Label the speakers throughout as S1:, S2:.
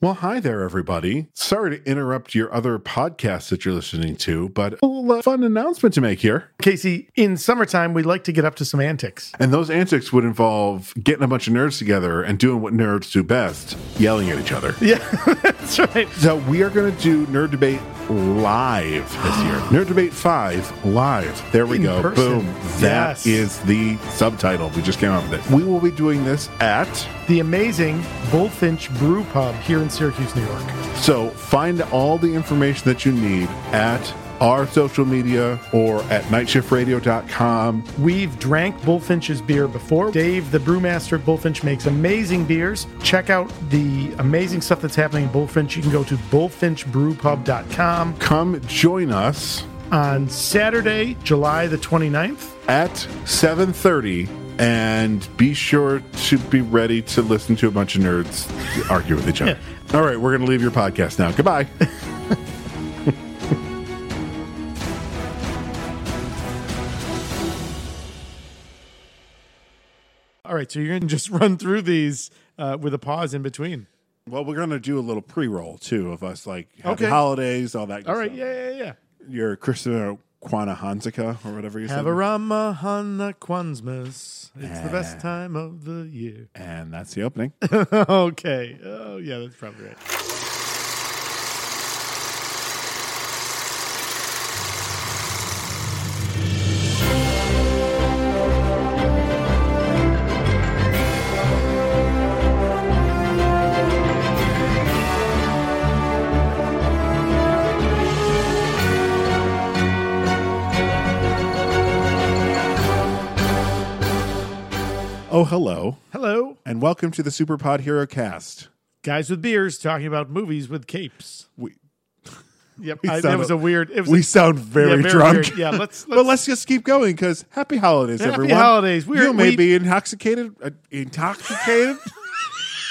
S1: Well, hi there, everybody. Sorry to interrupt your other podcast that you're listening to, but a little uh, fun announcement to make here.
S2: Casey, in summertime, we like to get up to some antics.
S1: And those antics would involve getting a bunch of nerds together and doing what nerds do best yelling at each other.
S2: Yeah, that's right.
S1: So, we are going to do Nerd Debate live this year. Nerd Debate 5 live. There we
S2: In
S1: go.
S2: person.
S1: Boom. That
S2: Yes.
S1: is the subtitle. We just came up with it. We will be doing this at
S2: The amazing Bullfinch Brew Pub here in Syracuse, New York.
S1: So find all the information that you need at our social media or at nightshiftradio.com.
S2: We've drank Bullfinch's beer before. Dave, the brewmaster at Bullfinch, makes amazing beers. Check out the amazing stuff that's happening in Bullfinch. You can go to bullfinchbrewpub.com
S1: Come join us
S2: on Saturday, July the 29th.
S1: at 7:30 and be sure to be ready to listen to a bunch of nerds argue with each other. All right, we're going to leave your podcast now. Goodbye.
S2: All right, so you're going to just run through these uh, with a pause in between.
S1: Well, we're going to do a little pre-roll too of us like happy
S2: Okay.
S1: holidays, all that good
S2: All right,
S1: stuff.
S2: yeah, yeah, yeah.
S1: Your Christina Quanahansica or whatever you said.
S2: Have a Ramahana Kwanzmas. It's the best time of the year.
S1: and that's the opening.
S2: okay. Oh, yeah, that's probably right.
S1: oh, hello.
S2: Hello,
S1: and welcome to the Super Pod Hero Cast.
S2: guys with beers talking about movies with capes.
S1: We
S2: Yep,
S1: We
S2: I, that
S1: sound-
S2: was a weird. It was
S1: we
S2: a,
S1: sound very,
S2: yeah,
S1: drunk,
S2: weird. Yeah, let's. let's
S1: but let's just keep going because happy holidays,
S2: Happy
S1: everyone!
S2: holidays. We're-
S1: you may
S2: we-
S1: be intoxicated, uh, intoxicated.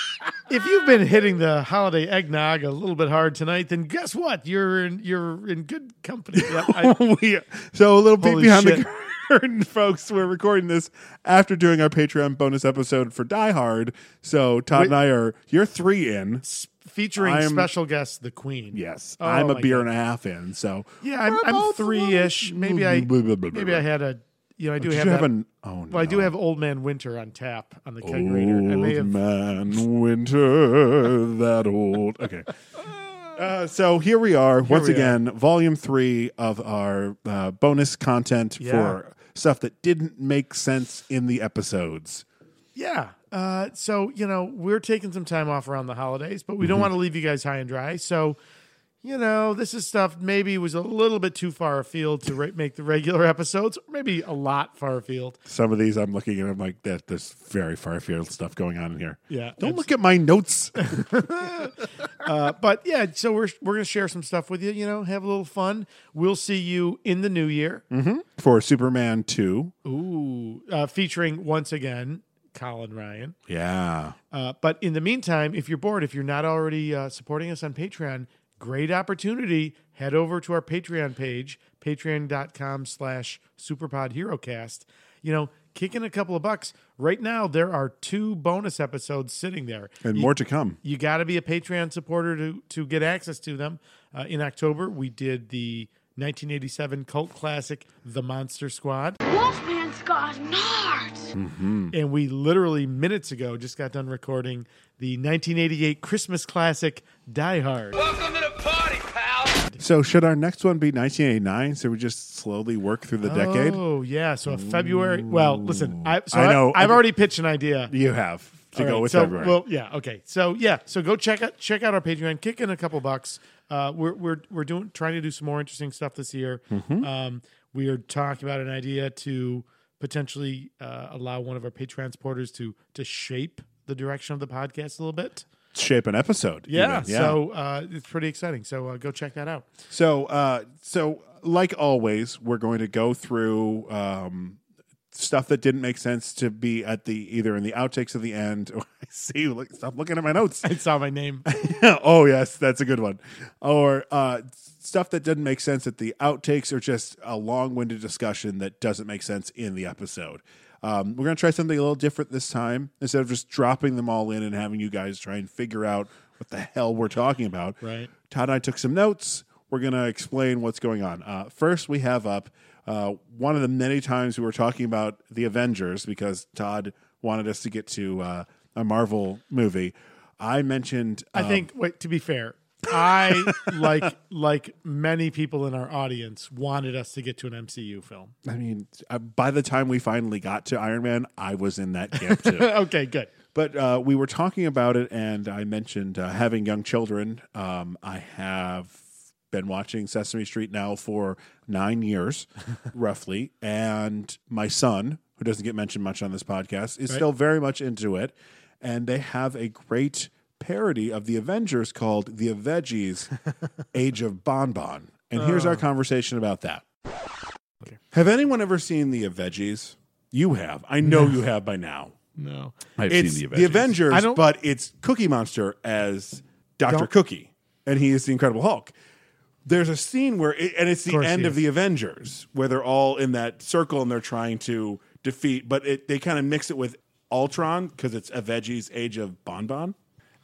S2: if you've been hitting the holiday eggnog a little bit hard tonight, then guess what? You're in. You're in good company. Yep, I,
S1: we, so a little peek
S2: Holy
S1: behind
S2: shit.
S1: the curtain, folks. We're recording this after doing our Patreon bonus episode for Die Hard. So Todd and I are you're three in.
S2: featuring
S1: I'm-
S2: special guest the Queen.
S1: Yes,
S2: Oh
S1: I'm a
S2: my
S1: beer and a half in. So
S2: Yeah, I'm,
S1: We're
S2: I'm
S1: both
S2: three ish. Maybe I.
S1: Blah, blah, blah, blah,
S2: Maybe
S1: blah.
S2: I had a. You know, I do
S1: Did
S2: have
S1: you
S2: that-
S1: have an? Oh no,
S2: Well, I do have Old Man Winter on tap on the keg
S1: Old
S2: I may have.
S1: man winter, that old. Okay. Uh, so here we are once
S2: we are.
S1: again, volume three of our uh, bonus content
S2: Yeah.
S1: for stuff that didn't make sense in the episodes.
S2: Yeah. Uh, so you know, we're taking some time off around the holidays, but we
S1: Mm-hmm.
S2: don't want to leave you guys high and dry. So, you know, this is stuff maybe was a little bit too far afield to re- make the regular episodes, or maybe a lot far afield.
S1: Some of these I'm looking at, I'm like, that there's very far field stuff going on in here.
S2: Yeah,
S1: Don't look at my notes.
S2: Uh, but yeah, so we're we're gonna share some stuff with you. You know, have a little fun. We'll see you in the new year.
S1: Mm-hmm. for Superman 2.
S2: Ooh, uh, featuring once again Colin Ryan.
S1: Yeah.
S2: Uh, but in the meantime, if you're bored, if you're not already uh, supporting us on Patreon, great opportunity. Head over to our Patreon page, patreon.com slash superpodherocast. You know, kick in a couple of bucks. Right now, there are two bonus episodes sitting there.
S1: And more to come.
S2: You got to be a Patreon supporter to, to get access to them. Uh, in October, we did the 1987 cult classic, The Monster Squad.
S3: Wolfman's got nards.
S2: and we literally minutes ago just got done recording the 1988 Christmas classic Die Hard.
S4: Welcome to the party, pal.
S1: So, should our next one be 1989? So, we just slowly work through the decade?
S2: Oh yeah, so a February. Well, listen, I, so
S1: I
S2: I
S1: know.
S2: I, have already pitched an idea.
S1: You have to
S2: All
S1: go
S2: right,
S1: with
S2: so,
S1: February.
S2: Well, yeah, okay. So yeah, so go check out check out our Patreon. Kick in a couple bucks. Uh, we're we're we're doing trying to do some more interesting stuff this year.
S1: Mm-hmm.
S2: Um, we are talking about an idea to potentially uh, allow one of our Patreon supporters to to shape the direction of the podcast a little bit.
S1: shape an episode.
S2: Yeah,
S1: even.
S2: so uh, it's pretty exciting. So uh, go check that out.
S1: so uh, so like always, we're going to go through um, stuff that didn't make sense to be at the either in the outtakes of the end. Or I see. Look, stop looking at my notes.
S2: I saw my name.
S1: oh yes, that's a good one. Or uh, stuff that doesn't make sense at the outtakes, or just a long-winded discussion that doesn't make sense in the episode. Um, we're gonna try something a little different this time. Instead of just dropping them all in and having you guys try and figure out what the hell we're talking about.
S2: Right.
S1: Todd and I took some notes. We're going to explain what's going on. Uh, first, we have up uh, one of the many times we were talking about the Avengers because Todd wanted us to get to uh, a Marvel movie. I mentioned.
S2: I
S1: um,
S2: think. Wait, to be fair, I like like many people in our audience wanted us to get to an MCU film.
S1: I mean, uh, by the time we finally got to Iron Man, I was in that camp too.
S2: okay, good.
S1: But uh, we were talking about it, and I mentioned uh, having young children. Um, I have been watching Sesame Street now for nine years, roughly, and my son, who doesn't get mentioned much on this podcast, is still very much into it. And they have a great parody of the Avengers called "The Veggies: Age of Bonbon." And here's our conversation about that. Have anyone ever seen the Veggies? You have. I know you have by now
S2: No,
S5: I've
S1: it's
S5: seen the
S1: the
S5: Avengers.
S1: Avengers,
S2: I don't-
S1: but it's Cookie Monster as Doctor
S2: Don't-
S1: Cookie, and he is the Incredible Hulk. There's a scene where, it, and it's the
S2: course he
S1: end of
S2: is.
S1: the Avengers, where they're all in that circle and they're trying to defeat, but it, they kind of mix it with Ultron because it's a Veggie's Age of Bonbon,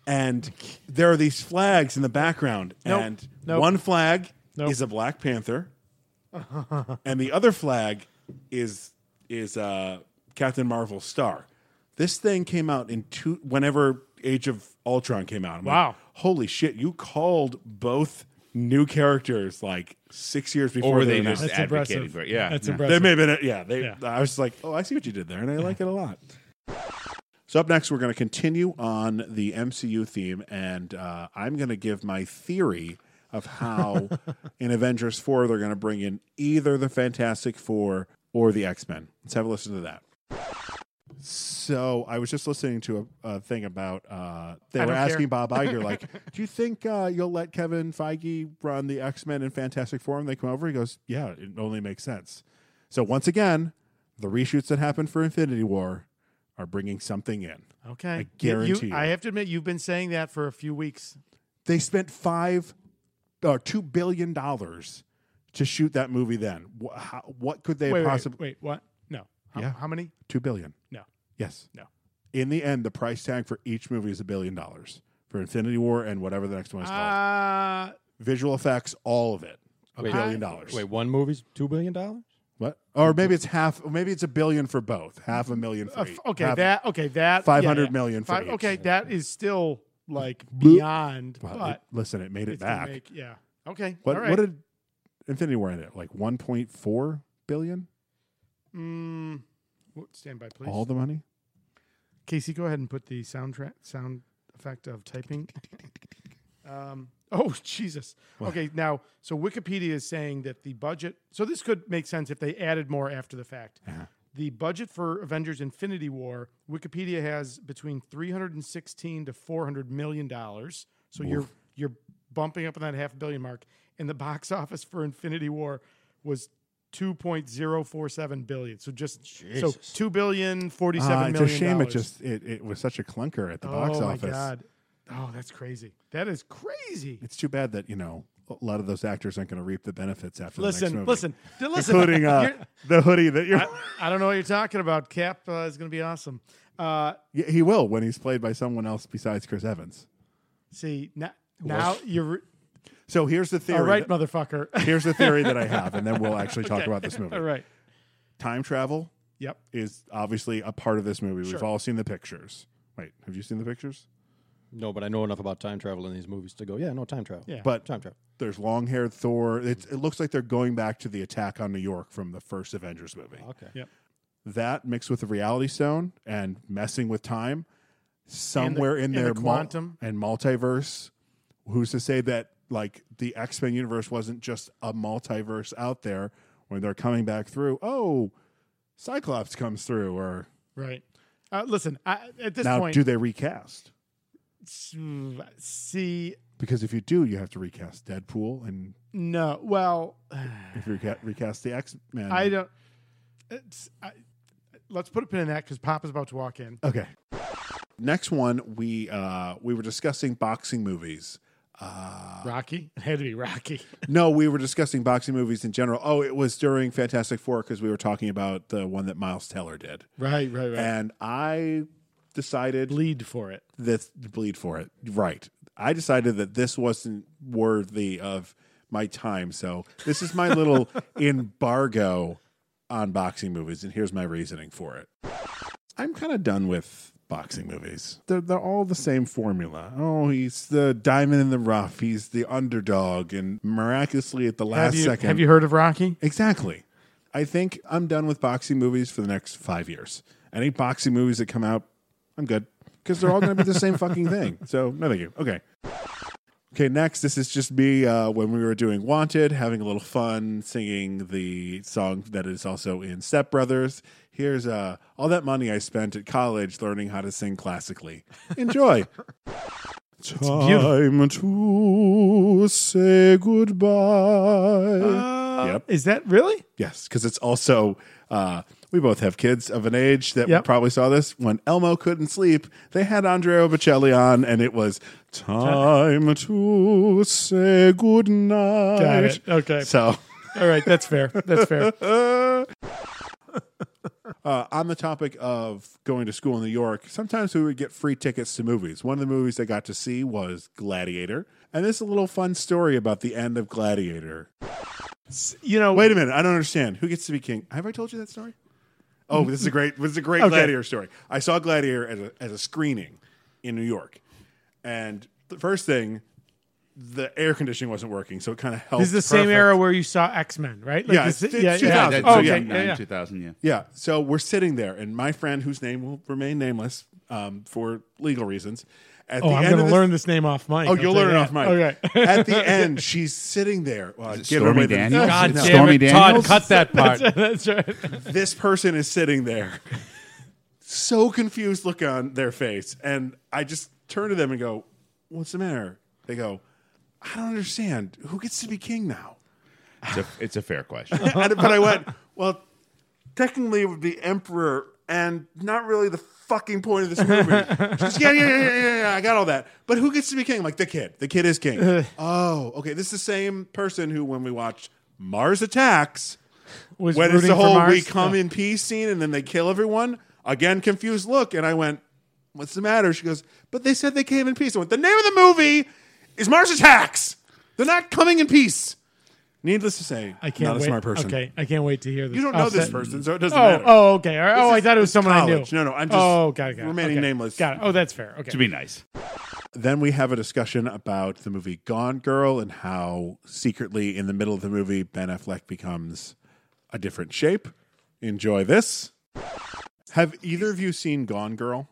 S1: and there are these flags in the background,
S2: Nope.
S1: and
S2: Nope.
S1: one flag
S2: Nope.
S1: is a Black Panther, and the other flag is is uh, Captain Marvel's star. This thing came out in two whenever Age of Ultron came out. I'm like,
S2: Wow.
S1: holy shit! You called both new characters like six years before
S5: Or were
S1: they,
S5: they
S1: were announced.
S5: just
S2: That's
S5: advocating
S2: impressive.
S5: for it? Yeah.
S2: that's
S5: Yeah.
S1: They
S2: impressive.
S1: may have been. Yeah, they.
S2: Yeah.
S1: I was just like, oh, I see what you did there, and I like it a lot. So up next, we're going to continue on the MCU theme, and uh, I'm going to give my theory of how in Avengers four they're going to bring in either the Fantastic Four or the X Men. Let's have a listen to that. So I was just listening to a, a thing about uh, they
S2: I
S1: were
S2: don't
S1: asking
S2: care.
S1: Bob Iger like, "Do you think uh, you'll let Kevin Feige run the X Men and Fantastic Four?" And they come over, he goes, "Yeah, it only makes sense." So once again, the reshoots that happened for Infinity War are bringing something in.
S2: okay,
S1: I
S2: You-
S1: guarantee you.
S2: I have to admit, you've been saying that for a few weeks.
S1: They spent five or two billion dollars to shoot that movie. Then Wh- how, what could they
S2: Wait, wait,
S1: possibly
S2: wait, what? No. How,
S1: Yeah.
S2: how many?
S1: two billion?
S2: No.
S1: Yes.
S2: No.
S1: In the end, the price tag for each movie is a billion dollars for Infinity War and whatever the next one is called.
S2: Uh,
S1: Visual effects, all of it, a
S6: Wait,
S1: billion dollars.
S6: Wait, one movie's two billion dollars?
S1: what? Or maybe it's half. Maybe it's a billion for both. Half a million for
S2: uh,
S1: each.
S2: f- okay,
S1: Half-
S2: that. Okay, that.
S1: 500 million for
S2: Five-
S1: each.
S2: Okay, that is still like
S1: Bloop.
S2: beyond,
S1: Well, it-
S2: but
S1: listen, it made it
S2: it's gonna
S1: back.
S2: make- yeah. Okay.
S1: What,
S2: all right.
S1: what did Infinity War end at? Like 1.4 billion?
S2: Mm, w- stand by, please.
S1: All the money?
S2: Casey, go ahead and put the soundtrack sound effect of typing. um, oh Jesus! Okay, now so Wikipedia is saying that the budget. So this could make sense if they added more after the fact.
S1: Uh-huh.
S2: The budget for Avengers: Infinity War, Wikipedia has between three hundred and sixteen to four hundred million dollars. So you're you're bumping up on that half billion mark, and the box office for Infinity War was. 2.047 billion. So just so
S6: Jesus.
S2: 2 billion 47
S1: Ah, it's a
S2: million
S1: shame it
S2: dollars.
S1: just it, it was such a clunker at the box
S2: oh
S1: office.
S2: my god! Oh, that's crazy. That is crazy.
S1: It's too bad that, you know, a lot of those actors aren't going to reap the benefits after the next
S2: Listen,
S1: movie.
S2: listen, d- listen.
S1: Including uh,
S2: You're-
S1: the hoodie that you're.
S2: I don't know what you're talking about. Cap uh, is going to be awesome. Uh,
S1: Yeah, he will when he's played by someone else besides Chris Evans.
S2: see now, now you're
S1: So here's the theory.
S2: all right,
S1: that-
S2: motherfucker.
S1: here's the theory that I have, and then we'll actually talk about this movie.
S2: all right.
S1: Time travel
S2: Yep.
S1: is obviously a part of this movie. We've
S2: Sure.
S1: all seen the pictures. Wait, have you seen the pictures?
S6: No, but I know enough about time travel in these movies to go, yeah, no time travel.
S2: Yeah.
S1: But
S6: Time travel.
S1: there's long haired Thor. It, it looks like they're going back to the attack on New York from the first Avengers movie.
S6: Okay.
S2: Yep.
S1: That mixed with the Reality Stone and messing with time, somewhere in
S2: and
S1: their
S2: the
S1: mul-
S2: quantum.
S1: and multiverse. Who's to say that like the X Men universe wasn't just a multiverse out there when they're coming back through? Oh, Cyclops comes through, or
S2: Right. Uh, listen, I, at this
S1: now
S2: point,
S1: do they recast?
S2: see
S1: Because if you do, you have to recast Deadpool, and
S2: no. Well,
S1: if you reca- recast the X Men,
S2: I don't. It's, I, let's put a pin in that because Pop is about to walk in.
S1: Okay. Next one, we uh, we were discussing boxing movies. Uh.
S2: Rocky it had to be Rocky.
S1: No, we were discussing boxing movies in general. Oh, it was during Fantastic Four because we were talking about the one that Miles Teller did,
S2: right. Right. Right.
S1: and I decided
S2: Bleed for it.
S1: that bleed for it. Right, I decided that this wasn't worthy of my time. So this is my little embargo on boxing movies, and here's my reasoning for it. I'm kind of done with boxing movies. They're, they're all the same formula. Oh, he's the diamond in the rough. He's the underdog, and miraculously at the last
S2: Have you,
S1: second.
S2: have you heard of Rocky?
S1: Exactly. I think I'm done with boxing movies for the next five years. Any boxing movies that come out, I'm good because they're all going to be the same fucking thing. So, no, thank you. Okay. Okay, next, this is just me uh, when we were doing Wanted, having a little fun, singing the song that is also in Step Brothers. Here's uh, all that money I spent at college learning how to sing classically. Enjoy. Time to say goodbye.
S2: Uh,
S1: yep.
S2: Is that really?
S1: Yes, because it's also uh, we both have kids of an age that
S2: Yep.
S1: probably saw this when Elmo couldn't sleep. They had Andrea Bocelli on, and it was time to say goodnight.
S2: Got it. Okay.
S1: So.
S2: All right. That's fair. That's fair.
S1: Uh, on the topic of going to school in New York, sometimes we would get free tickets to movies. One of the movies I got to see was Gladiator. And this is a little fun story about the end of Gladiator.
S2: You know,
S1: Wait a minute, I don't understand. Who gets to be king? Have I told you that story? Oh, this is a great this is a great
S2: Okay.
S1: Gladiator story. I saw Gladiator as a, as a screening in New York, and the first thing, the air conditioning wasn't working, so it kind of helped.
S2: this is the same
S1: perfect.
S2: era where you saw X Men, right? Like
S1: Yeah,
S2: this,
S1: it's-
S2: yeah,
S1: it's
S2: yeah.
S1: 2000,
S2: Oh,
S1: so
S2: okay,
S1: yeah.
S2: yeah, yeah.
S5: 2000, yeah.
S1: Yeah. So we're sitting there, and my friend, whose name will remain nameless um, for legal reasons, at
S2: Oh,
S1: the
S2: I'm
S1: end
S2: gonna
S1: of this-
S2: learn this name off mic.
S1: Oh,
S2: I'll
S1: you'll
S2: tell
S1: learn
S2: you
S1: it off
S2: that.
S1: mic.
S2: Okay.
S1: At the end, she's sitting there. Well,
S5: it
S1: give
S5: Stormy
S1: away the-
S5: Daniels?
S1: No.
S5: damn Stormy it, Daniels? Todd, cut
S2: that part. That's right.
S1: this person is sitting there, so confused look on their face. And I just turn to them and go, What's the matter? They go, I don't understand. Who gets to be king now?
S5: It's a, it's a fair question.
S1: And- but I went, Well, technically it would be emperor and not really the fucking point of this movie. She's, yeah, yeah, yeah, yeah, yeah, yeah, I got all that. But who gets to be king? I'm like, the kid. The kid is king. oh, okay. This is the same person who, when we watched Mars Attacks,
S2: Was
S1: when it's
S2: rooting
S1: the
S2: for
S1: whole
S2: Mars?
S1: we come
S2: Yeah.
S1: in peace scene and then they kill everyone again confused look and i went what's the matter she goes but they said they came in peace i went the name of the movie is mars attacks they're not coming in peace needless to say
S2: I can't
S1: not
S2: wait.
S1: a smart person
S2: Okay, I can't wait to hear this.
S1: you don't know this
S2: Offset.
S1: person so it doesn't
S2: Oh,
S1: matter
S2: oh, okay. All right. Oh,
S1: This
S2: I
S1: is-
S2: thought it was
S1: it's
S2: someone
S1: college.
S2: I knew.
S1: No, no, I'm just
S2: oh, got it, got it.
S1: remaining
S2: okay.
S1: nameless.
S2: Got it. Oh, that's fair. Okay.
S5: to be nice.
S1: then we have a discussion about the movie Gone Girl and how secretly in the middle of the movie Ben Affleck becomes a different shape. Enjoy this. Have either of you seen Gone Girl?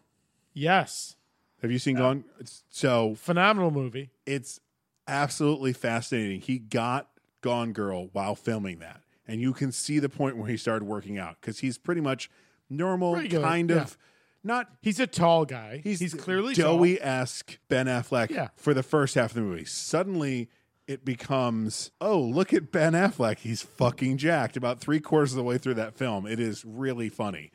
S2: yes,
S1: Have you seen Gone? it's- So
S2: phenomenal movie.
S1: it's absolutely fascinating. He got Gone Girl while filming that, and you can see the point where he started working out because he's pretty much normal,
S2: Regular,
S1: kind
S2: yeah.
S1: of not
S2: He's a tall guy. He's, clearly
S1: Joey esque Ben Affleck
S2: Yeah.
S1: for the first half of the movie. Suddenly it becomes, oh, look at Ben Affleck. He's fucking jacked about three quarters of the way through that film. It is really funny.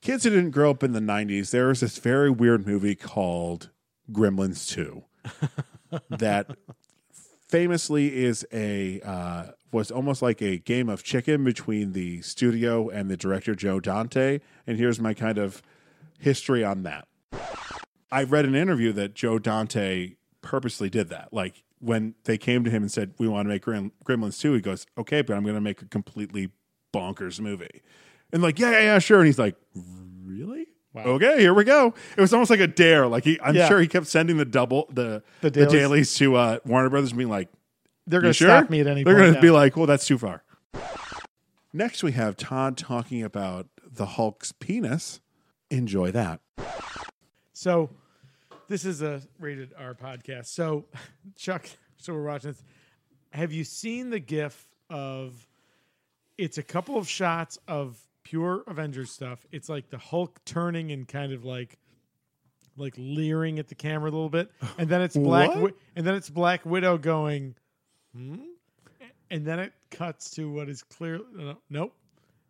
S1: Kids who didn't grow up in the 90s, there was this very weird movie called Gremlins 2 that famously is a uh, was almost like a game of chicken between the studio and the director Joe Dante. And here's my kind of history on that. I read an interview that Joe Dante purposely did that. Like when they came to him and said, "We want to make Grim- Gremlins 2," he goes, "Okay, but I'm going to make a completely bonkers movie." And like, yeah, yeah, yeah, sure. And he's like, "Really?" Okay, here we go. It was almost like a dare. Like he, I'm
S2: Yeah.
S1: sure he kept sending the double the the
S2: The dailies.
S1: dailies, to uh, Warner Brothers, and being like,
S2: They're
S1: you
S2: going to
S1: sure?
S2: stop me at any
S1: They're
S2: point.
S1: going to be like, well, that's too far. Next, we have Todd talking about the Hulk's penis. Enjoy that.
S2: So this is a rated R podcast. So Chuck, so we're watching this. Have you seen the gif of it's a couple of shots of pure Avengers stuff. It's like the Hulk turning and kind of like like leering at the camera a little bit. And then it's Black
S1: What?
S2: Wi- and then it's Black Widow going hmm? And then it cuts to what is clear no, nope.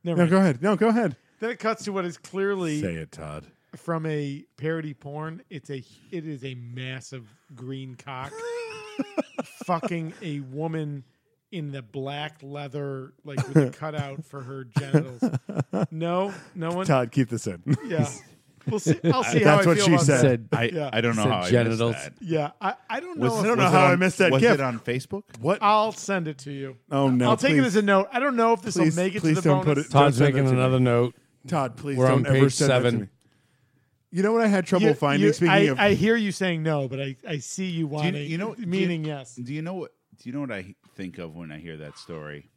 S2: Never
S1: No,
S2: mind.
S1: go ahead. No, go ahead.
S2: Then it cuts to what is clearly
S1: Say it, Todd.
S2: from a parody porn, it's a it is a massive green cock fucking a woman in the black leather like with a cutout for her genitals. No, no one
S1: Todd, keep this in.
S2: yeah. We'll see. I'll see how
S1: That's
S2: I
S1: what
S2: feel
S1: she
S2: about that.
S1: said.
S7: I,
S2: Yeah.
S5: I don't know
S7: Said
S5: how
S7: genitals.
S5: I missed that.
S2: Yeah, I, I don't know.
S5: Was-
S2: if-
S1: don't know
S5: was
S1: how
S5: it
S1: I
S5: on-
S1: missed that
S5: Was
S1: gif.
S5: it on Facebook?
S1: What?
S2: I'll send it to you.
S1: Oh, no,
S2: I'll take it
S1: please.
S2: as a note. I don't know if this will
S1: Please-
S2: make it to
S1: please
S2: the
S1: don't put
S2: bonus.
S1: it-
S7: Todd's
S1: Don't send
S7: making
S1: that to me.
S7: another note.
S1: Todd, please
S7: We're
S1: don't
S7: on
S1: ever
S7: page
S1: send that to
S7: seven.
S1: me. You know what I had trouble
S2: You-
S1: finding?
S2: you-
S1: speaking
S2: I,
S1: of,
S2: I hear you saying no, but I, I see you
S5: Do
S2: wanting.
S5: you know, do you-
S2: meaning yes.
S5: Do you know what? Do you know what I think of when I hear that story?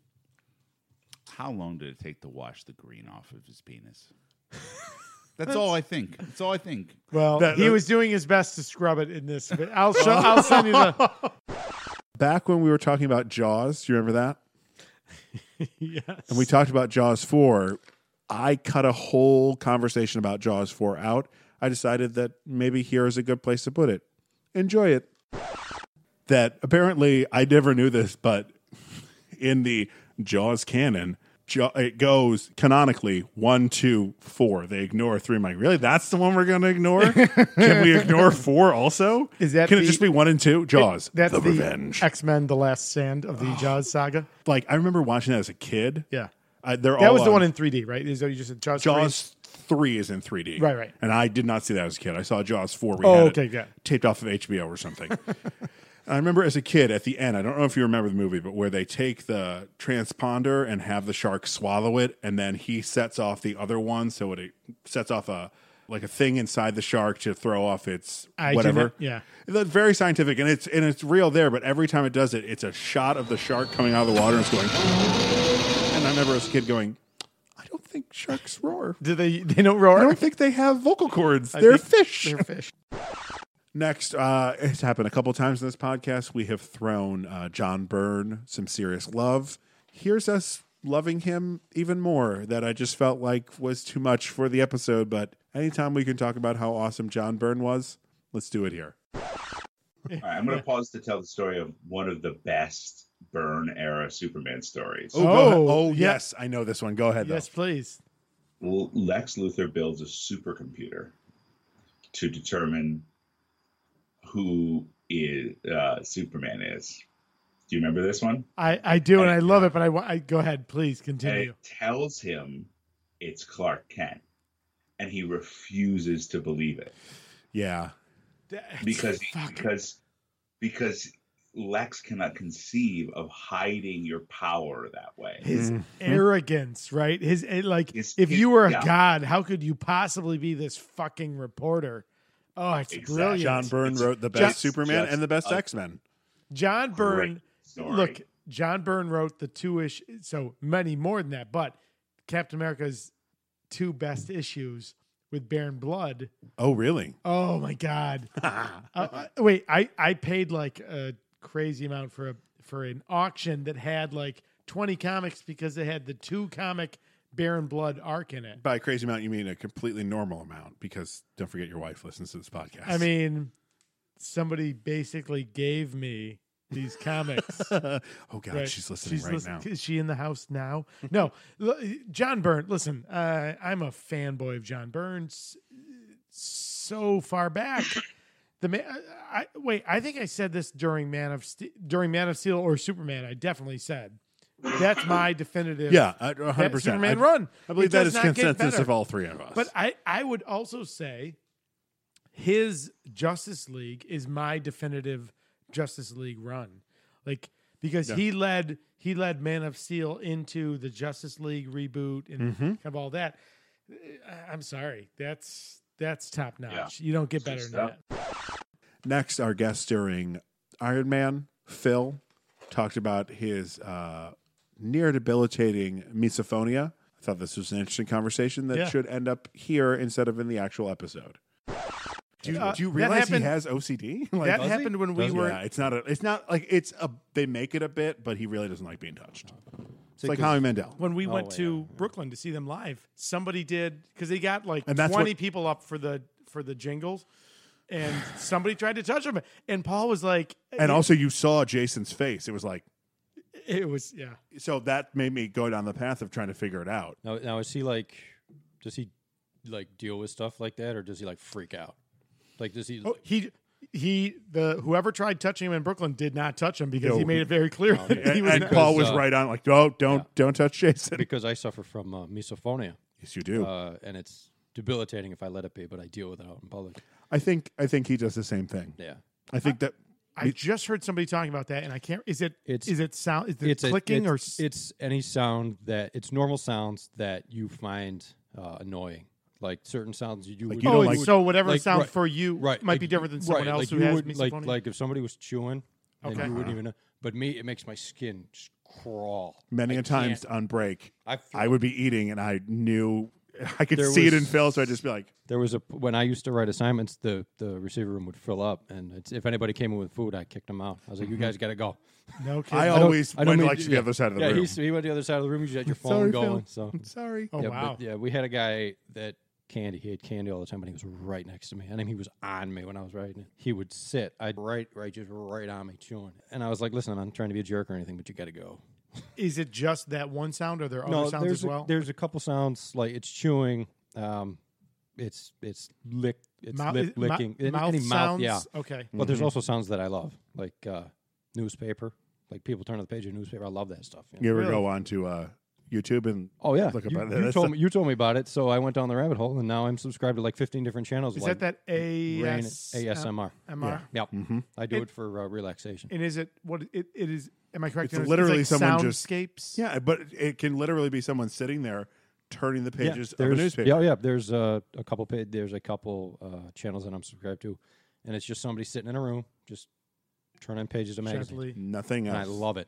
S5: How long did it take to wash the green off of his penis? That's all I think. That's all I think.
S2: Well,
S1: That- uh,
S2: he was doing his best to scrub it in this. But I'll show. I'll send you the.
S1: back when we were talking about Jaws, do you remember that?
S2: Yes.
S1: And we talked about Jaws 4. I cut a whole conversation about Jaws 4 out. I decided that maybe here is a good place to put it. Enjoy it. That apparently, I never knew this, but in the Jaws canon, Ja- it goes canonically one, two, four. They ignore three. I'm like, really? That's the one we're going to ignore? Can we ignore four also?
S2: Is that
S1: Can it
S2: the-
S1: just be one and two? Jaws.
S2: That's
S1: the, revenge.
S2: X Men: The Last Stand of the Jaws saga.
S1: Like I remember watching that as a kid.
S2: Yeah,
S1: I, they're
S2: that
S1: all
S2: was the
S1: on-
S2: one in 3D, right? Is that you just said Jaws?
S1: Jaws three is in 3D.
S2: Right, right.
S1: And I did not see that as a kid. I saw Jaws four. We
S2: Oh,
S1: had it
S2: okay, yeah.
S1: Taped off of HBO or something. I remember as a kid at the end. I don't know if you remember the movie, but where they take the transponder and have the shark swallow it, and then he sets off the other one, so it sets off a like a thing inside the shark to throw off its
S2: I do
S1: whatever.
S2: not- yeah.
S1: That's very scientific, and it's and it's real there. But every time it does it, it's a shot of the shark coming out of the water and it's going. And I remember as a kid going, I don't think sharks roar.
S2: Do they? They don't roar.
S1: I don't think they have vocal cords. They're fish.
S2: They're fish.
S1: Next, uh, it's happened a couple times in this podcast. We have thrown uh, John Byrne some serious love. Here's us loving him even more. That I just felt like was too much for the episode. But anytime we can talk about how awesome John Byrne was, let's do it here.
S8: All right, I'm going to pause to tell the story of one of the best Burn era Superman stories.
S2: Oh,
S1: go ahead. oh
S2: yeah.
S1: yes, I know this one. Go ahead.
S2: Yes,
S1: though.
S2: please.
S8: L- Lex Luthor builds a supercomputer to determine who is uh, Superman is. Do you remember this one?
S2: I, I do, and I love it. But I, wa- I go ahead, please
S8: And
S2: continue.
S8: it tells him it's Clark Kent, and he refuses to believe it.
S1: Yeah.
S2: That-
S8: because
S2: fuck.
S8: because because Lex cannot conceive of hiding your power that way.
S1: Mm-hmm.
S2: his arrogance, right? His it, like,
S8: His-
S2: if
S8: his-
S2: you were a
S8: yeah.
S2: god, how could you possibly be this fucking reporter? Oh, it's
S8: Exactly.
S2: brilliant.
S1: John Byrne
S8: It's
S1: wrote the
S8: just-
S1: best Superman
S8: just
S1: and the best
S8: a
S1: X Men.
S2: John Byrne.
S8: story.
S2: Look, John Byrne wrote the two ish, so many more than that, but Captain America's two best issues with Baron Blood.
S1: Oh, really?
S2: Oh my god! Uh, uh, wait, I I paid like a crazy amount for a for an auction that had like twenty comics because it had the two comic Baron Blood arc in it.
S1: By crazy amount, you mean a completely normal amount because don't forget your wife listens to this podcast.
S2: I mean, somebody basically gave me these comics.
S1: oh god,
S2: right?
S1: she's listening right
S2: listen-
S1: now.
S2: Is she in the house now? No, L- uh, John Byrne. Listen, uh, I'm a fanboy of John Byrne s- so far back. The man, I, I, wait, I think I said this during Man of Ste during Man of Steel or Superman. I definitely said that's my definitive.
S1: Yeah, a- a
S2: that
S1: hundred percent.
S2: Superman
S1: I-
S2: run.
S1: I believe
S2: It
S1: that
S2: does
S1: is
S2: not get
S1: consensus
S2: better.
S1: of all three of us.
S2: But I, I would also say his Justice League is my definitive Justice League run. Like because he led he led Man of Steel into the Justice League reboot and
S1: Mm-hmm.
S2: kind of all that. Uh, I- I'm sorry. That's that's top notch. You don't get better than
S8: stuff.
S2: that.
S1: next, our guest during Iron Man, Phil, talked about his uh, near debilitating misophonia. I thought this was an interesting conversation that
S2: Yeah.
S1: should end up here instead of in the actual episode. Do you,
S2: Uh,
S1: do you
S2: that
S1: realize
S2: happened-
S1: he has OCD? Like,
S2: That
S1: does he?
S2: happened when we
S1: Does-
S2: were
S1: Yeah, it's not. A, it's not like it's a. They make it a bit, but he really doesn't like being touched. It's like Howie Mandel.
S2: when we went
S6: yeah,
S2: to Brooklyn to see them live, somebody did because they got like
S1: And that's
S2: twenty
S1: what-
S2: people up for the for the jingles, and somebody tried to touch him, and Paul was like,
S1: And also, you saw Jason's face. It was like.
S2: "It was yeah,
S1: so that made me go down the path of trying to figure it out.
S6: Now, now is he like? Does he like deal with stuff like that, or does he like freak out? Like, does he?
S2: oh, he." He the whoever tried touching him in Brooklyn did not touch him because
S1: No,
S2: he made
S1: he-
S2: it very clear that
S1: And,
S2: he was
S1: and
S2: not-
S1: Paul was
S6: Because, uh,
S1: right on, like, oh, don't, don't touch Jason.
S6: Because I suffer from uh, misophonia,
S1: Yes, you do.
S6: uh, and it's debilitating if I let it be, but I deal with it out in public.
S1: I think I think he does the same thing.
S6: Yeah.
S1: I think that
S2: I just heard somebody talking about that, and I can't. Is it? It's,
S6: It's-
S2: is it sound? Is it
S6: a-
S2: clicking
S6: it's,
S2: or? s-
S6: it's any sound that it's normal sounds that you find uh, annoying, like certain sounds you,
S1: Like
S6: would.
S1: you
S2: oh,
S1: don't
S2: and
S1: like-
S2: so whatever
S6: like,
S2: sound
S6: right,
S2: for you
S6: right
S2: might
S6: like-
S2: be different than someone
S6: right,
S2: else
S6: like
S2: who
S6: you
S2: has
S6: would,
S2: misophonia.
S6: like like if somebody was chewing. then
S2: Okay.
S6: you wouldn't even know. But me, it makes my skin just crawl.
S1: many
S6: I
S1: a times
S6: can't-
S1: on break,
S6: I feel-
S1: I would be eating and I knew I could
S6: There
S1: see it
S6: was-
S1: in Phil, so I'd just be like,
S6: there was a when I used to write assignments, the the receiver room would fill up, and it's, if anybody came in with food, I kicked them out. I was like, "You guys got to go."
S2: no kidding.
S1: Mm-hmm. I
S6: I don't-
S1: always
S6: I don't
S1: went
S6: mean-
S1: like to the
S6: yeah.
S1: other side of the
S6: yeah,
S1: room.
S6: he's- he went to the other side of the room. You just had your phone
S1: Sorry, Phil.
S6: going. So
S1: Sorry.
S2: oh
S6: yeah,
S2: wow.
S6: but yeah, we had a guy that candy. He had candy all the time, and he was right next to me. And he was on me when I was writing it. He would sit, I'd write, right, just right on me, chewing. And I was like, "Listen, I'm not trying to be a jerk or anything, but you got to go."
S2: Is it just that one sound, or there are other sounds
S6: there's
S2: as well?
S6: A, there's a couple sounds like it's chewing, um, it's it's lick, it's
S2: Mou-
S6: lip
S2: mou-
S6: licking, any-
S2: mouth
S6: any mouth,
S2: sounds. Mm-hmm.
S6: yeah.
S2: Okay.
S6: But there's also sounds that I love, like uh, newspaper. Like people turn to the page of newspaper. I love that stuff. you know?
S1: You ever
S2: Really?
S1: go on to uh, YouTube and
S6: Oh yeah,
S1: Look
S6: you,
S1: about that.
S6: you
S1: That's
S6: told
S1: a-
S6: me you told me about it, so I went down the rabbit hole, and now I'm subscribed to like 15 different channels.
S2: Is
S6: like
S2: that that
S6: rain-
S2: AS,
S6: ASMR?
S2: MR?
S6: Yep,
S1: Mm-hmm.
S6: I do
S2: It-
S6: it, for uh, relaxation.
S2: And is it what it, it is? Am I correct?
S1: It's
S2: in-
S1: literally
S2: like
S1: someone just-
S2: soundscapes.
S1: yeah, but it can literally be someone sitting there turning the pages of a
S6: there's-
S1: newspaper.
S6: Yeah, yeah. There's uh, a couple. Pa- there's a couple uh, channels that I'm subscribed to, and it's just somebody sitting in a room, just turning pages of magazines.
S2: Gently.
S1: Nothing else.
S6: and I love it.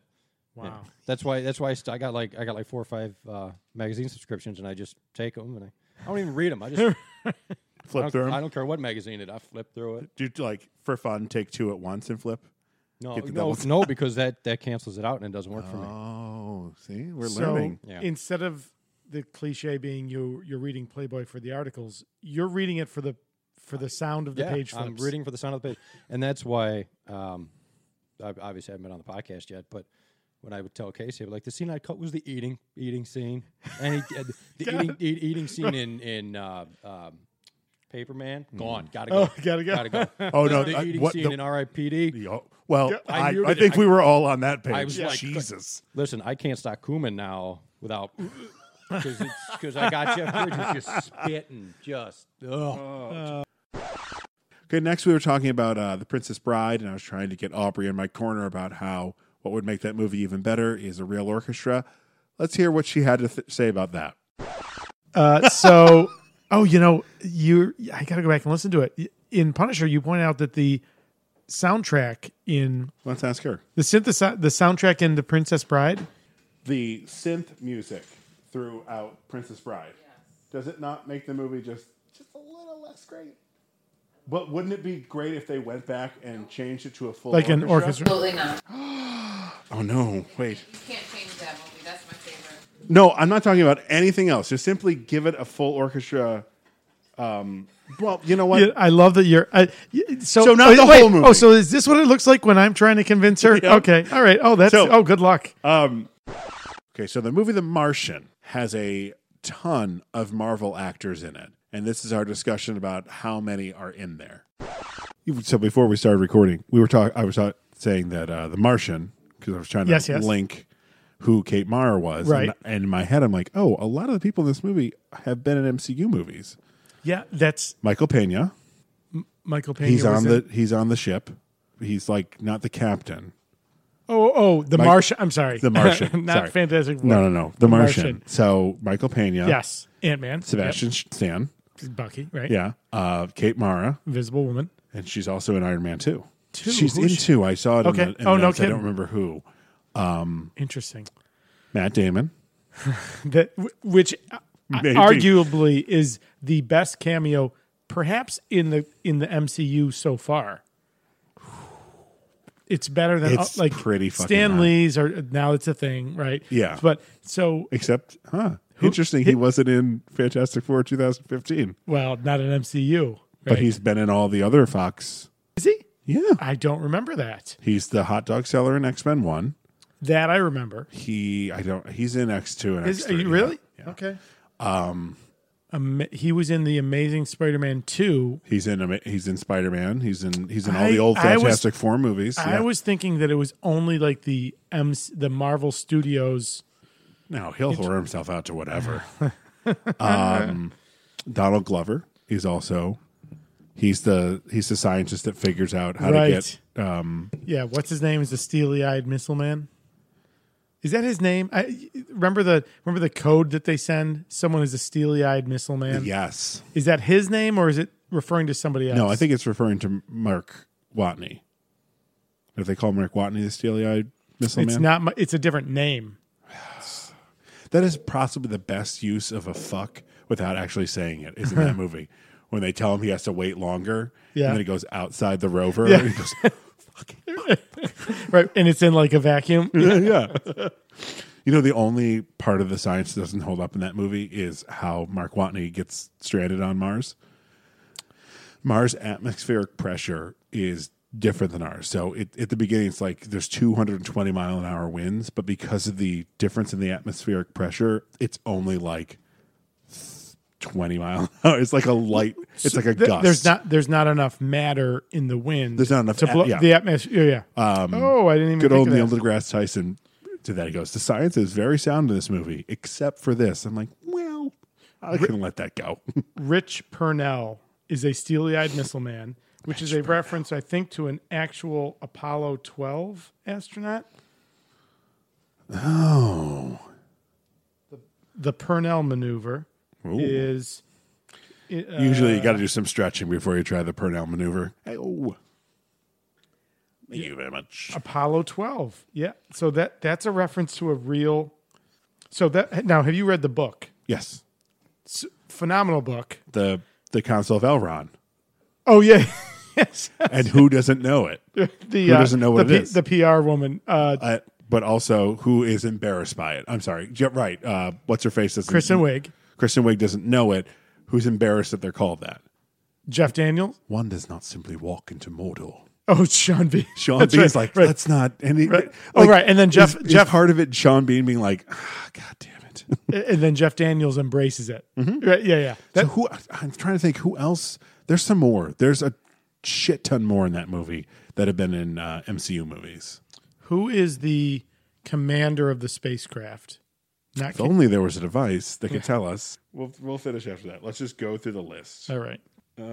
S6: Yeah.
S2: Wow.
S6: That's why. That's why I, st- I got like I got like four or five uh, magazine subscriptions, and I just take them and I, I don't even read them. I just I
S1: flip
S6: don't,
S1: through 'em.
S6: I don't care what magazine it. I flip through it.
S1: Do you, like for fun, take two at once and flip.
S6: No,
S1: Get the
S6: no,
S1: doubles.
S6: no, because that that cancels it out and it doesn't work for me.
S1: Oh, see, we're
S2: so
S1: learning.
S6: Yeah.
S2: instead of the cliche being you you're reading Playboy for the articles, you're reading it for the for the sound of the
S6: yeah,
S2: page flips.
S6: I'm reading for the sound of the page, and that's why um, I obviously haven't been on the podcast yet. But when I would tell Casey, I'd be like the scene I cut was the eating eating scene, and he, uh, the eating eat, eating scene in in uh, um, Paperman
S1: Mm.
S6: gone. Gotta go.
S2: Oh, gotta go.
S6: Gotta go.
S1: Oh, no,
S6: The
S1: I-
S6: eating
S1: what
S6: scene
S1: the-
S6: in RIPD.
S1: Yo- Well,
S6: I
S1: I, I,
S6: muted it.
S1: think
S6: I-
S1: we were all on that page.
S6: I was like-
S1: Jesus.
S6: Listen, I can't stop Kuman now without because I got Jeff Bridges just spitting, just ugh.
S1: Okay, next we were talking about uh, The Princess Bride, and I was trying to get Aubrey in my corner about how what would make that movie even better is a real orchestra. Let's hear what she had to th- say about that.
S2: Uh, so, oh, you know, you I got to go back and listen to it. In Punisher, you point out that the soundtrack in
S1: Let's ask her.
S2: the synthesi- the soundtrack in The Princess Bride.
S1: The synth music throughout Princess Bride. Does it not make the movie just just a little less great? But wouldn't it be great if they went back and changed it to a full
S2: Like an orchestra.
S7: Building up.
S1: Oh no, wait.
S7: You can't change that movie. That's my favorite.
S1: No, I'm not talking about anything else. Just simply give it a full orchestra. Um, well, you know what?
S2: Yeah, I love that you're. I, y- so,
S1: So not
S2: oh,
S1: the
S2: wait,
S1: whole movie.
S2: Oh, so is this what it looks like when I'm trying to convince her?
S1: Yeah.
S2: Okay, all right. Oh, that's.
S1: So-
S2: oh, good luck.
S1: Okay, so the movie The Martian has a ton of Marvel actors in it. And this is our discussion about how many are in there. So before we started recording, we were talking. I was ta- saying that uh, The Martian, because I was trying to
S2: Yes, yes.
S1: link who Kate Mara was.
S2: Right.
S1: And, and in my head, I'm like, oh, a lot of the people in this movie have been in MCU movies.
S2: yeah, that's
S1: Michael Pena,
S2: Michael Pena.
S1: he's
S2: was
S1: on
S2: in-
S1: the he's on the ship. He's like not the captain.
S2: Oh, oh, the
S1: Mike-
S2: Martian. I'm sorry,
S1: The Martian.
S2: Not
S1: Sorry.
S2: Fantastic Four.
S1: No, no, no. The Martian.
S2: Martian.
S1: So Michael Pena.
S2: Yes, Ant Man.
S1: Sebastian Stan.
S2: Bucky. Right.
S1: Yeah. Uh, Kate Mara.
S2: Invisible Woman.
S1: And she's also in Iron Man 2.
S2: Two?
S1: She's
S2: Who's
S1: in
S2: she-
S1: 2. I saw it.
S2: Okay.
S1: In the, in
S2: Oh,
S1: the
S2: no
S1: notes. I
S2: kidding.
S1: don't remember who.
S2: Interesting.
S1: Matt Damon.
S2: that wh- which uh,
S1: Maybe.
S2: arguably is the best cameo perhaps in the in the MCU so far. It's better than uh,
S1: It's
S2: like
S1: pretty fucking
S2: Stan
S1: high.
S2: Lee's or now it's a thing, right?
S1: Yeah.
S2: But so
S1: Except, huh. interesting. He wasn't in Fantastic Four 2015,
S2: well, not an MCU. Right?
S1: but he's been in all the other Fox.
S2: is he?
S1: Yeah.
S2: I don't remember that.
S1: He's the hot dog seller in X Men 1.
S2: That I remember.
S1: He, I don't, he's in X2 and
S2: Is
S1: X3.
S2: are you
S1: yeah.
S2: really? Okay. Um, he was in the Amazing Spider-Man two.
S1: He's in Ama- he's in Spider Man. He's in he's in all
S2: I-
S1: the old
S2: I was-
S1: Fantastic Four movies.
S2: I
S1: Yeah.
S2: was thinking that it was only like the M the Marvel Studios
S1: No, he'll whore himself out to whatever. um, Donald Glover is also he's the he's the scientist that figures out how
S2: Right.
S1: to get um
S2: Yeah, what's his name? Is the steely-eyed missile man? Is that his name? I remember the remember the code that they send. Someone is a steely-eyed missile man.
S1: yes.
S2: Is that his name or is it referring to somebody else?
S1: No, I think it's referring to Mark Watney. If they call Mark Watney the steely-eyed missile
S2: it's
S1: man,
S2: not. My, it's a different name.
S1: that is possibly the best use of a fuck without actually saying it. Is in that movie when they tell him he has to wait longer,
S2: Yeah.
S1: and then he goes outside the rover,
S2: Yeah.
S1: and he goes,
S2: Right, and it's in like a vacuum.
S1: yeah. You know, the only part of the science that doesn't hold up in that movie is how Mark Watney gets stranded on Mars. Mars atmospheric pressure is different than ours. So it, at the beginning, it's like there's 220 mile an hour winds, but because of the difference in the atmospheric pressure, it's only like 20 mile an hour. It's like a light, it's like a
S2: Th-
S1: gust.
S2: There's not there's not enough matter in the wind.
S1: There's not enough
S2: to
S1: at-
S2: blow
S1: yeah. Um,
S2: the atmosphere. Yeah. oh, I didn't even
S1: good
S2: think
S1: old
S2: of
S1: Neil
S2: that.
S1: deGrasse Tyson to that. He goes, The science is very sound in this movie, except for this. I'm like, Well, I couldn't let that go.
S2: Rich Purnell is a steely-eyed missile man, which is a reference, I think, to an actual Apollo 12 astronaut. Oh.
S1: Oh.
S2: The, the Purnell maneuver is i- uh,
S1: Usually you got to do some stretching before you try the Purnell maneuver. Hey, oh. Thank you very much.
S2: Apollo 12. Yeah. So that that's a reference to a real. So that now, have you read the book?
S1: Yes.
S2: It's a phenomenal book.
S1: The the Council of Elrond.
S2: Oh yeah. yes.
S1: And who doesn't know it?
S2: The, uh,
S1: doesn't know what
S2: the
S1: it is?
S2: The PR woman. Uh,
S1: Uh, but also, who is embarrassed by it? I'm sorry. J- Right. Uh, what's her face? doesn't-
S2: Kristen Wiig,
S1: Kristen Wiig doesn't know it. Who's embarrassed that they're called that?
S2: Jeff Daniels.
S1: One does not simply walk into Mordor.
S2: Oh, it's Sean Bean.
S1: Sean
S2: That's
S1: Bean's
S2: right,
S1: like,
S2: right.
S1: let's not. And he,
S2: Right.
S1: like,
S2: Oh, right. And then Jeff-
S1: is- is
S2: Jeff-
S1: part of it. Sean Bean being like, ah, God damn it.
S2: and then Jeff Daniels embraces it.
S1: Mm-hmm.
S2: Right, yeah, yeah. That-
S1: so who? I'm trying to think who else. There's some more. There's a shit ton more in that movie that have been in uh, MCU movies.
S2: who is the commander of the spacecraft? Not
S1: If only there was a device that could tell us. We'll we'll finish after that. Let's just go through the list.
S2: Ki- all right.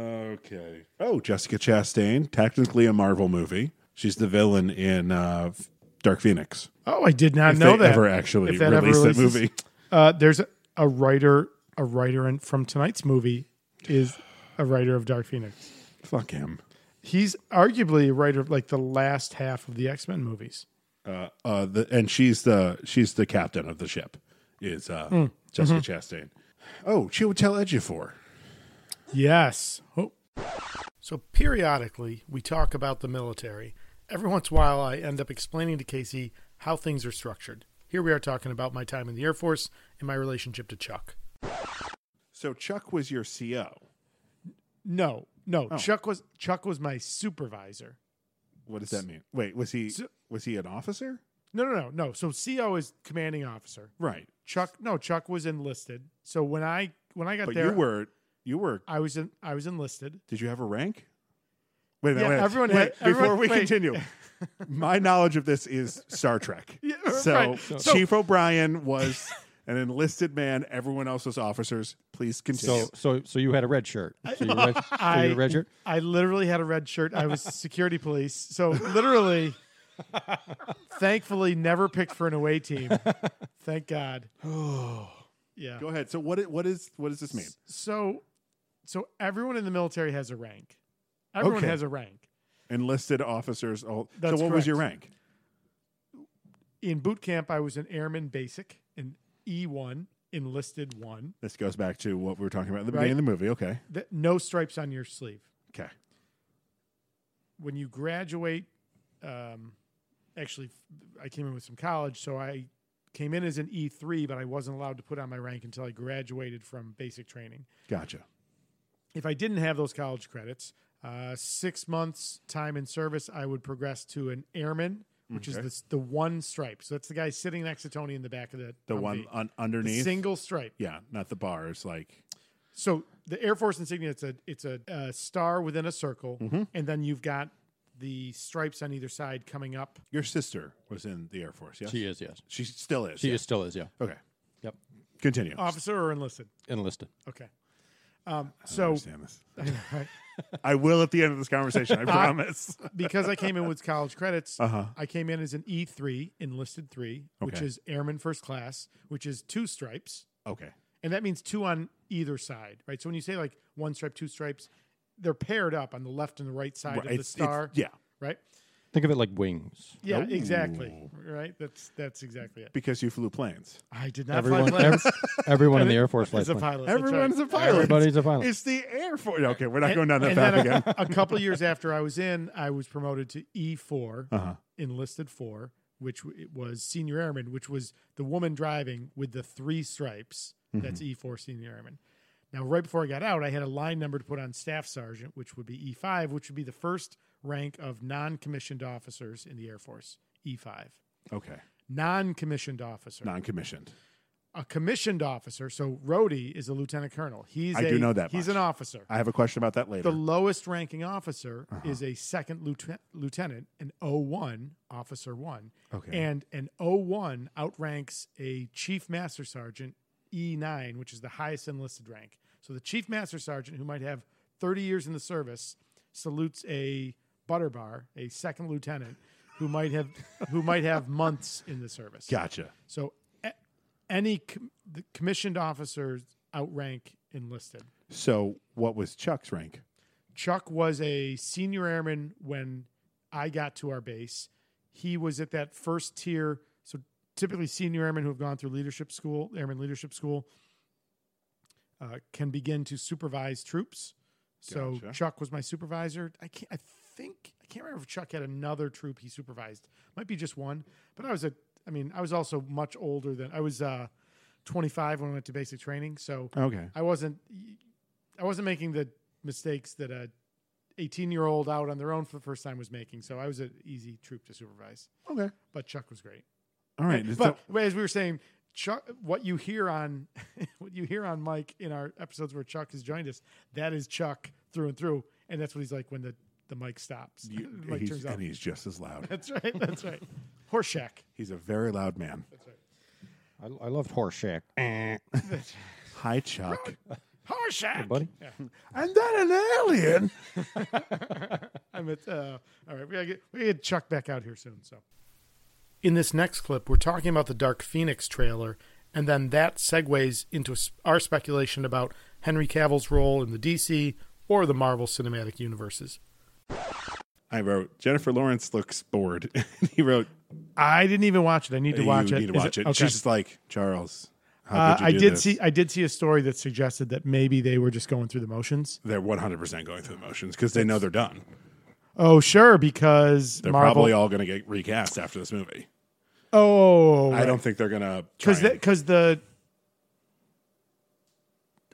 S1: Okay. Oh, Jessica Chastain, technically a Marvel movie. She's the villain in uh, Dark Phoenix.
S2: Oh, I did not
S1: If
S2: know
S1: they
S2: that.
S1: ever actually
S2: If that ever
S1: released that
S2: releases-
S1: movie.
S2: Uh, there's a, a writer, a writer in, from tonight's movie is a writer of Dark Phoenix.
S1: Fuck him.
S2: He's arguably a writer of like the last half of the X Men movies.
S1: uh, uh, the, and she's the she's the captain of the ship is uh, Jessica Chastain. Oh, Chiwetel Ejiofor.
S2: Yes. Oh. So periodically, we talk about the military. Every once in a while, I end up explaining to Casey how things are structured. Here we are talking about my time in the Air Force and my relationship to Chuck.
S1: So Chuck was your CO.
S2: No, no, Chuck was Chuck was my supervisor.
S1: What does that mean? Wait, was he
S2: So-
S1: was he an officer?
S2: No, no, no, no. So CO is commanding officer.
S1: Right,
S2: Chuck, no, Chuck was enlisted. So when I when I got
S1: but you
S2: there,
S1: were you were.
S2: I was in, I was enlisted.
S1: Did you have a rank? Wait a minute.
S2: Yeah,
S1: wait a minute.
S2: everyone
S1: Wait,
S2: had-
S1: before
S2: everyone-
S1: we
S2: wait.
S1: continue, my knowledge of this is Star Trek.
S2: Yeah,
S1: so,
S2: right. So-
S1: Chief O'Brien was an enlisted man. Everyone else was officers. Please continue.
S6: So, so, so you had a red shirt. So you were red, so you
S2: I
S6: had a red shirt.
S2: I literally had a red shirt. I was security police. So literally, thankfully, never picked for an away team. Thank God. yeah.
S1: Go ahead. So what i- what is what does this mean?
S2: So, so everyone in the military has a rank. Everyone
S1: Okay.
S2: has a rank.
S1: enlisted officers. All, so
S2: That's
S1: what was your
S2: correct.
S1: rank?
S2: In boot camp, I was an airman basic, an E one, enlisted one.
S1: This goes back to what we were talking about at the
S2: Right.
S1: beginning of the movie. Okay.
S2: Th- no stripes on your sleeve.
S1: Okay.
S2: when you graduate, um, actually, I came in with some college, so I came in as an E three, but I wasn't allowed to put on my rank until I graduated from basic training.
S1: Gotcha.
S2: If I didn't have those college credits, uh, six months time in service, I would progress to an airman, which is the, s- the one stripe. So that's the guy sitting next to Tony in the back of the
S1: The
S2: Humvee.
S1: one on,
S2: The
S1: underneath.
S2: single stripe.
S1: yeah, not the bars. Like
S2: So the Air Force insignia, it's a it's a uh, star within a circle,
S1: Mm-hmm.
S2: and then you've got the stripes on either side coming up
S1: your sister was in the Air Force. Yes.
S6: She is, yes.
S1: She still is.
S6: She
S1: yeah.
S6: is, still is, yeah.
S1: Okay.
S6: Yep.
S1: Continue.
S2: officer or enlisted.
S6: Enlisted.
S2: Okay. Um, so
S1: understand this. I will at the end of this conversation. I promise.
S2: because I came in with college credits,
S1: Uh-huh.
S2: I came in as an E three, enlisted three, which
S1: Okay.
S2: is airman first class, which is two stripes,
S1: okay.
S2: and that means two on either side, right? So when you say like one stripe, two stripes, they're paired up on the left and the right side
S1: Right,
S2: of the
S1: it's- it's-
S2: star,
S1: yeah. Oh.
S2: right,
S6: Think of it like wings.
S2: yeah, exactly, right. That's that's exactly it.
S1: Because you flew planes.
S2: I did not fly
S6: Everyone,
S2: planes
S6: ev- everyone in
S2: And
S6: the
S2: it-
S6: Air Force
S2: as
S6: likes
S2: a
S6: wings.
S2: pilot. that's right.
S1: Everyone's a pilot.
S6: Everybody's a pilot.
S1: It's the Air Force. Okay, we're not going down that
S2: and
S1: path
S2: then
S1: again.
S2: a, a couple years after I was in, I was promoted to E4,
S1: Uh-huh.
S2: enlisted four, which w- it was senior airman, which was the woman driving with the three stripes.
S1: Mm-hmm.
S2: That's E4 senior airman. Now, right before I got out, I had a line number to put on staff sergeant, which would be E5, which would be the first rank of non commissioned officers in the Air Force. E5.
S1: Okay.
S2: Non commissioned officer.
S1: Non commissioned.
S2: A commissioned officer. So, Rhodey is a lieutenant colonel. He's
S1: I
S2: a-
S1: do know that
S2: He's
S1: much.
S2: an officer.
S1: I have a question about that
S2: The
S1: later.
S2: lowest ranking officer is a second lieutenant, lieutenant, an O1, officer one.
S1: Okay.
S2: And an O1 outranks a chief master sergeant E9, which is the highest enlisted rank. So the chief master sergeant, who might have 30 years in the service, salutes a butter bar, a second lieutenant, who might have who might have months in the service.
S1: gotcha.
S2: So a- any com- the commissioned officers outrank enlisted.
S1: So, what was Chuck's rank?
S2: Chuck was a senior airman when I got to our base. He was at that first tier. So typically, senior airmen who have gone through leadership school, airman leadership school, uh, can begin to supervise troops. So
S1: Gotcha.
S2: Chuck was my supervisor. I can't. I think I can't remember if Chuck had another troop he supervised. Might be just one. But I was a. I mean, I was also much older than I was. Uh, 25 when I went to basic training. So
S1: Okay.
S2: I wasn't I wasn't making the mistakes that a 18 year old out on their own for the first time was making. So I was an easy troop to supervise.
S1: Okay.
S2: But Chuck was great.
S1: All right.
S2: But as we were saying, Chuck, what you hear on what you hear on Mike in our episodes where Chuck has joined us, that is Chuck through and through, and that's what he's like when the the mic stops.
S1: You-
S2: mic
S1: he's-
S2: turns off.
S1: and he's just as loud.
S2: That's right. That's right. Horseshack.
S1: He's a very loud man.
S6: I, I loved Horse Shack. Eh,
S1: Hi, Chuck.
S2: Horseshack.
S6: buddy.
S1: and then an alien.
S2: I'm at, uh, all right, we gotta, get, we gotta get Chuck back out here soon. So, in this next clip, we're talking about the Dark Phoenix trailer, and then that segues into s- our speculation about Henry Cavill's role in the DC or the Marvel Cinematic Universes.
S1: I wrote Jennifer Lawrence looks bored. he wrote
S2: I didn't even watch it. I need to watch
S1: you
S2: it.
S1: need to
S2: Is
S1: watch it.
S2: okay.
S1: She's just like Charles. How
S2: Uh,
S1: could you
S2: I
S1: do
S2: did
S1: this?"
S2: see. I did see a story that suggested that maybe they were just going through the motions.
S1: They're one hundred percent going through the motions because they know they're done.
S2: Oh, sure, because
S1: They're
S2: Marvel.
S1: probably all going to get recast after this movie.
S2: oh,
S1: I don't think they're going to
S2: because because the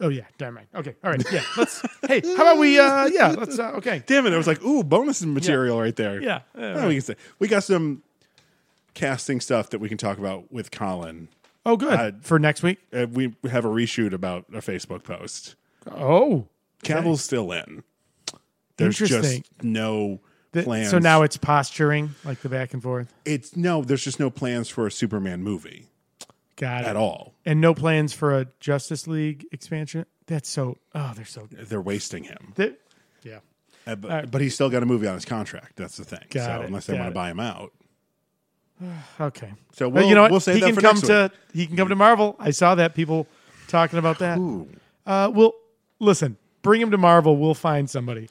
S2: oh yeah never mind okay all right yeah let's hey how about we uh yeah let's uh, okay
S1: Damn it! I was like, ooh, bonus material right there.
S2: yeah
S1: Oh, we can say we got some casting stuff that we can talk about with Colin.
S2: oh good
S1: Uh,
S2: for next week
S1: Uh, we have a reshoot about a Facebook post.
S2: oh
S1: Cavill's still in. There's
S2: Interesting.
S1: just no
S2: Th-
S1: plans.
S2: so now it's posturing like the back and forth
S1: it's no. There's just no plans for a Superman movie
S2: got it
S1: at all.
S2: and no plans for a Justice League expansion that's so oh they're so
S1: They're wasting him.
S2: they, yeah
S1: Uh, but, but he's still got a movie on his contract. That's the thing.
S2: Got
S1: so
S2: it,
S1: unless they
S2: got
S1: want
S2: it.
S1: to buy him out,
S2: okay
S1: so
S2: But
S1: we'll,
S2: you know what?
S1: we'll save
S2: he
S1: that
S2: can
S1: for
S2: come
S1: next
S2: to he can come to Marvel. I saw that people talking about that. Uh, well, listen, bring him to Marvel. We'll find somebody.
S1: week.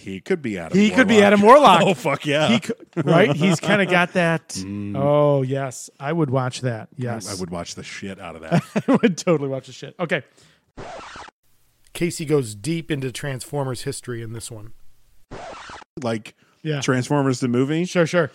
S1: He could be Adam.
S2: He could be
S1: Warlock.
S2: Adam Warlock.
S1: Oh fuck yeah!
S2: He could, right? He's kind of got that. Oh yes, I would watch that. Yes,
S1: Mm. I would watch the shit out of that.
S2: I would totally watch the shit. Okay. Casey goes deep into Transformers history in this one.
S1: like
S2: Yeah.
S1: Transformers the movie.
S2: Sure, sure.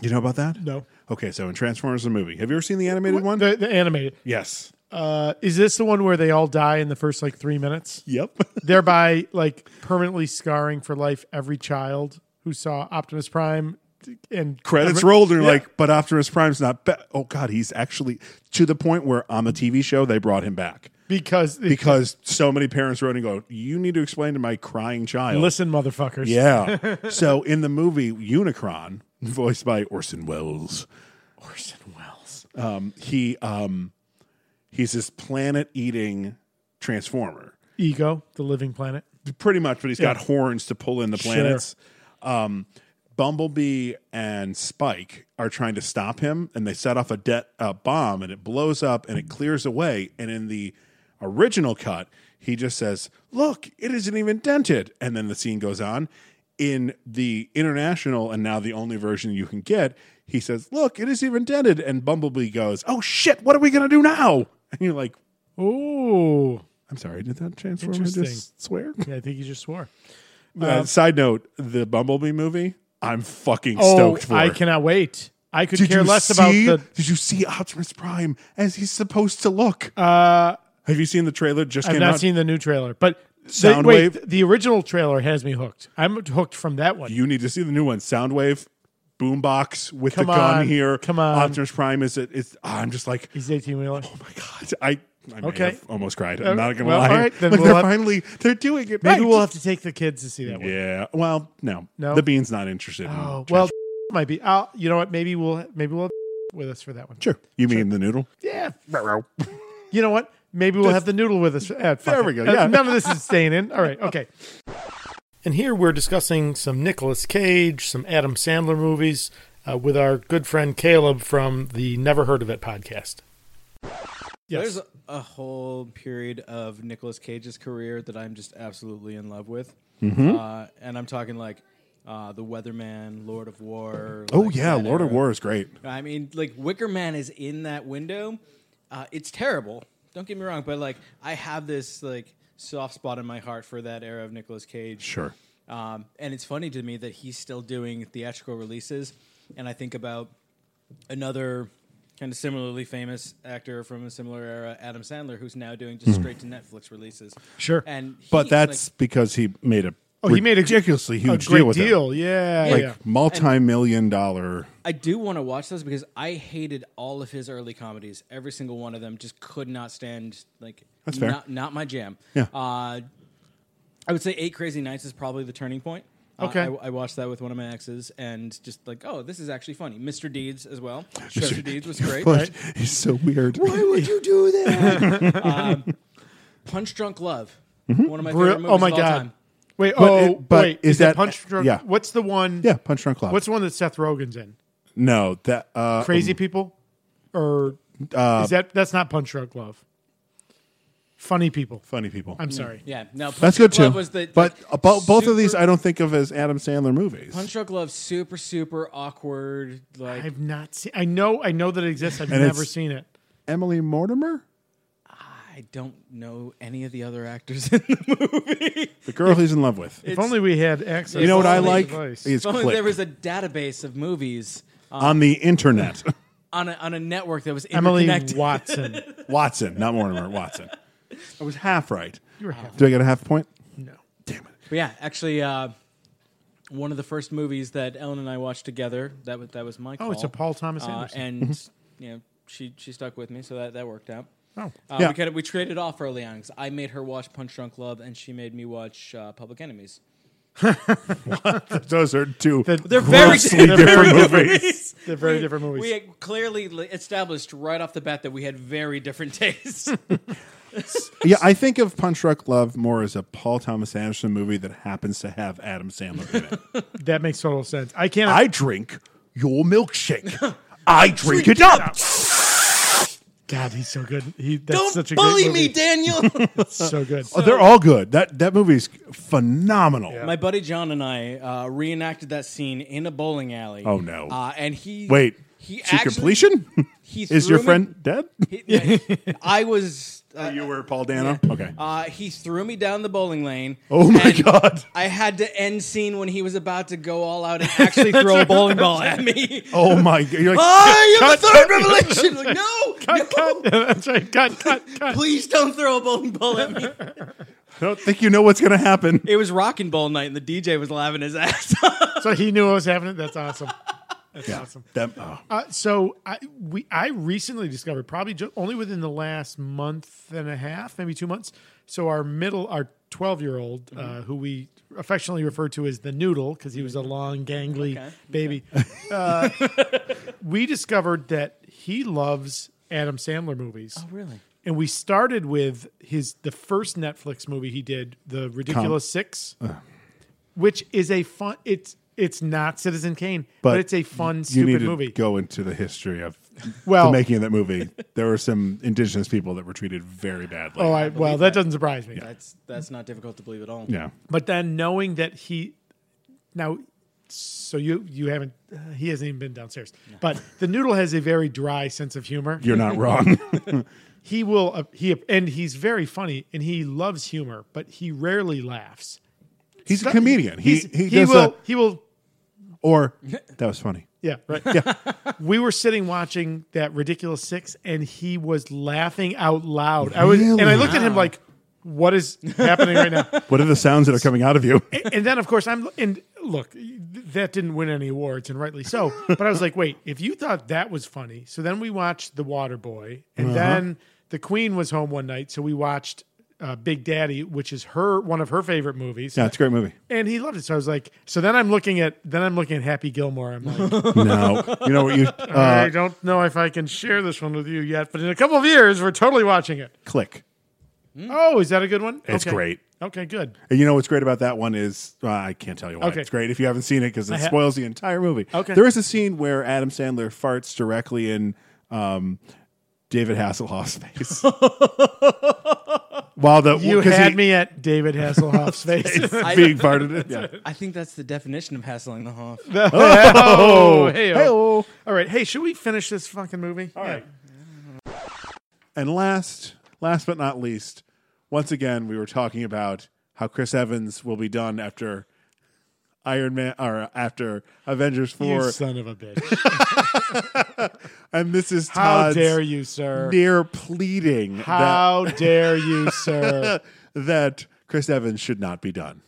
S1: You know about that?
S2: No.
S1: Okay, so in Transformers the movie, have you ever seen the animated one?
S2: The, the animated.
S1: yes.
S2: Uh, is this the one where they all die in the first like three minutes?
S1: Yep.
S2: thereby like permanently scarring for life every child who saw Optimus Prime and
S1: Credits
S2: every-
S1: rolled, and you're
S2: Yeah.
S1: like, but Optimus Prime's not. Ba- oh God, he's actually to the point where on the TV show they brought him back
S2: because
S1: because so many parents wrote and go, "You need to explain to my crying child."
S2: listen, motherfuckers.
S1: Yeah. so in the movie Unicron, voiced by Orson Welles,
S2: Orson Welles.
S1: um, he um, he's this planet-eating transformer.
S2: Ego, the living planet.
S1: pretty much, but he's got horns to pull in the
S2: Sure.
S1: planets. Um, Bumblebee and Spike are trying to stop him, and they set off a de- a bomb, and it blows up, and it clears away. And in the original cut, he just says, "Look, it isn't even dented," and then the scene goes on. In the international, and now the only version you can get, he says, "Look, it isn't even dented," and Bumblebee goes, "Oh shit, what are we gonna do now?" And you're like,
S2: Oh,
S1: "I'm sorry, did that transformer
S2: Interesting.
S1: just swear?"
S2: yeah, I think you just swore.
S1: Uh,
S2: Um,
S1: side note: the Bumblebee movie, I'm fucking
S2: Oh,
S1: stoked for.
S2: I cannot wait. I could
S1: Did
S2: care
S1: you
S2: less
S1: see,
S2: about the.
S1: Did you see Optimus Prime as he's supposed to look?
S2: Uh,
S1: Have you seen the trailer? that Just
S2: I've
S1: came
S2: not
S1: out.
S2: seen the new trailer, but the,
S1: Soundwave?
S2: wait, th- the original trailer has me hooked. I'm hooked from that one.
S1: you need to see the new one. Soundwave, boombox with
S2: Come
S1: the gun
S2: on,
S1: here.
S2: come on.
S1: Optimus Prime is it? Is ah, I'm just like,
S2: He's 18 wheeler.
S1: oh my god, I. I may
S2: Okay.
S1: have almost cried.
S2: Uh,
S1: I'm not gonna
S2: well,
S1: lie.
S2: all right, then
S1: like
S2: we'll
S1: they're
S2: have-
S1: finally they're doing it.
S2: Maybe
S1: right.
S2: we'll have to take the kids to see that one.
S1: Yeah. Well, no.
S2: No?
S1: The bean's not interested.
S2: Oh,
S1: in
S2: well, might be. I'll, you know what? Maybe we'll maybe we'll have with us for that one.
S1: sure. You mean the noodle?
S2: Yeah. You know what? Maybe we'll have the noodle with us. Ah, fuck
S1: There
S2: it.
S1: we go,
S2: Uh,
S1: yeah.
S2: None of this is staying in. All right. Okay. And here we're discussing some Nicolas Cage, some Adam Sandler movies uh, with our good friend Caleb from the Never Heard of It podcast. Yes.
S9: There's a, a whole period of Nicolas Cage's career that I'm just absolutely in love with,
S1: Mm-hmm.
S9: uh, and I'm talking like uh, the Weatherman, Lord of War.
S1: Oh
S9: like
S1: yeah,
S9: that
S1: Lord of
S9: era.
S1: War is great.
S9: I mean, like Wicker Man is in that window. Uh, it's terrible. Don't get me wrong, but like I have this like soft spot in my heart for that era of Nicolas Cage.
S1: Sure.
S9: Um, and it's funny to me that he's still doing theatrical releases. And I think about another kind of similarly famous actor from a similar era, Adam Sandler, who's now doing just straight to Netflix releases.
S2: Sure.
S9: And he,
S1: Hmm. But
S9: like-
S1: that's because he made a
S2: Oh, he made a-
S1: ridiculously
S2: a
S1: huge
S2: great
S1: deal with it.
S2: deal. Yeah.
S1: like
S2: yeah.
S1: multi-million dollar.
S9: I do want to watch those because I hated all of his early comedies. Every single one of them just could not stand like
S1: That's fair.
S9: not not my jam.
S1: Yeah.
S9: Uh, I would say Eight Crazy Nights is probably the turning point. Uh,
S2: Okay.
S9: I, I watched that with one of my exes and just like, oh, this is actually funny. Mr. Deeds as well. Mr. Deeds was great.
S1: But it's so weird.
S9: Why would you do that? um, Punch Drunk Love,
S1: Mm-hmm.
S9: one of my
S2: Bri-
S9: favorite movies
S2: oh my
S9: of all
S2: god.
S9: time.
S2: Wait.
S1: But
S2: oh,
S1: it- but
S2: wait.
S1: is
S2: that,
S1: that-
S2: Punch Drunk?
S1: yeah.
S2: What's the one?
S1: Yeah, Punch Drunk Love.
S2: What's the one that Seth Rogen's in?
S1: no that uh,
S2: Crazy People, or is that that's not Punch Drunk Love? Funny People.
S1: funny people.
S2: I'm sorry.
S9: Yeah, no, Punch
S1: That's good
S9: Drunk Love
S1: too.
S9: Was the,
S1: but
S9: like,
S1: abo- both of these,
S9: super-
S1: I don't think of as Adam Sandler movies.
S9: Punch Drunk Love, super super awkward. Like
S2: I've not seen. I know. I know that it exists. I've
S1: And
S2: never
S1: it's-
S2: seen it.
S1: Emily Mortimer,
S9: I don't know any of the other actors in the movie.
S1: the girl he's in love with.
S2: If only we had access.
S1: You know
S9: it's
S1: what I
S9: only
S1: like
S2: Device.
S1: is
S9: If only
S1: Click
S9: there was a database of movies
S1: on the internet.
S9: on a, on a network that was
S2: Emily
S9: interconnected.
S2: Watson.
S1: Watson, not Mortimer. Watson. I was half right.
S2: You were half.
S1: Do I get a half point?
S2: No.
S1: Damn it.
S9: But yeah, actually, uh, one of the first movies that Ellen and I watched together. That was that was my. Call.
S2: Oh, it's a Paul Thomas
S9: Uh,
S2: Anderson. Mm-hmm.
S9: and you know, she she stuck with me, so that that worked out.
S2: Oh.
S9: Uh,
S1: Yeah.
S9: we, kind of, we traded off early on 'cause I made her watch Punch Drunk Love and she made me watch uh, Public Enemies.
S1: Those are two.
S9: They're very
S1: Grossly
S9: different,
S1: different
S9: movies.
S2: They're very
S9: We-
S2: different movies.
S9: We had clearly li- established right off the bat that we had very different tastes.
S1: Yeah, I think of Punch Drunk Love more as a Paul Thomas Anderson movie that happens to have Adam Sandler in it.
S2: that makes total sense. I can't.
S1: I drink your milkshake. I drink it up.
S2: God, he's so good. He that's
S9: Don't
S2: such a
S9: bully
S2: great movie.
S9: me, Daniel.
S2: So good.
S1: Oh, they're all good. That that movie's phenomenal.
S9: My buddy John and I uh, reenacted that scene in a bowling alley.
S1: Oh, no.
S9: Uh, and he
S1: Wait,
S9: He
S1: to
S9: actually-
S1: completion?
S9: He
S1: Is
S9: threw
S1: your
S9: me-
S1: friend dead?
S9: he- I was. Uh,
S1: you were Paul Dano. Okay.
S9: Uh, he threw me down the bowling lane.
S1: Oh my
S9: and
S1: God.
S9: I had to end scene when he was about to go all out and actually throw a bowling ball at me.
S1: oh my god! You're like,
S9: I am Ah, the third revelation. Like, no, no,
S2: that's right. Cut. Cut. Cut.
S9: please don't throw a bowling ball at me.
S1: I don't think you know what's gonna happen.
S9: It was rockin' bowl night, and the DJ was laughing his ass off.
S2: So he knew what was happening. That's awesome. That's awesome.
S1: Them- oh.
S2: Uh, so I we I recently discovered probably ju- only within the last month and a half, maybe two months. So our middle, our twelve year old, uh, who we affectionately refer to as the noodle because he was a long, gangly baby. Uh, we discovered that he loves Adam Sandler movies.
S9: Oh, really?
S2: and we started with his the first Netflix movie he did, The Ridiculous Six, which is a fun. It's it's not Citizen Kane, but,
S1: But
S2: it's a fun,
S1: you
S2: stupid
S1: need to
S2: movie.
S1: go into the history of the
S2: Well-
S1: making of that movie. There were some indigenous people that were treated very badly.
S2: oh, I, well, that doesn't surprise me.
S9: That's that's not difficult to believe at all.
S1: yeah.
S2: But then knowing that he now so you you haven't uh, he hasn't even been downstairs. But the noodle has a very dry sense of humor.
S1: You're not wrong.
S2: He will uh, he and he's very funny and he loves humor, but he rarely laughs.
S1: He's a comedian. He
S2: He's-
S1: he, does
S2: will
S1: a-
S2: he will
S1: or that was funny.
S2: yeah, right. Yeah. we were sitting watching that ridiculous 6 and he was laughing out loud. I was and I looked at him like what is happening right now?
S1: What are the sounds that are coming out of you?
S2: and then of course I'm and look th- that didn't win any awards and rightly so but I was like wait if you thought that was funny so then we watched The Water Boy and
S1: Uh-huh.
S2: then the Queen was home one night so we watched uh, Big Daddy which is her one of her favorite movies
S1: Yeah, it's a great movie.
S2: and he loved it so I was like so then I'm looking at then I'm looking at Happy Gilmore I'm like
S1: No, you know what you uh,
S2: I don't know if I can share this one with you yet but in a couple of years we're totally watching it
S1: click.
S2: oh is that a good one
S1: Hmm. It's
S2: Okay.
S1: great.
S2: okay good
S1: And you know what's great about that one is uh, I can't tell you why
S2: Okay.
S1: it's great if you haven't seen it because it
S2: ha-
S1: spoils the entire movie.
S2: Okay.
S1: There is a scene where Adam Sandler farts directly in um, David Hasselhoff's face. While the
S2: you
S1: 'cause
S2: had
S1: he-
S2: me at David Hasselhoff's face.
S1: being farted. In. Yeah.
S9: I think that's the definition of hassling the Hoff.
S2: Oh, hey,
S1: Hey-oh.
S2: All right. Hey, should we finish this fucking movie? All right.
S1: And last, last but not least, once again, we were talking about how Chris Evans will be done after Iron Man or after Avengers
S2: You
S1: Four,
S2: son of a bitch.
S1: and this is
S2: How
S1: Todd's
S2: dare you, sir?
S1: near pleading
S2: How dare you, sir?
S1: that that Chris Evans should not be done.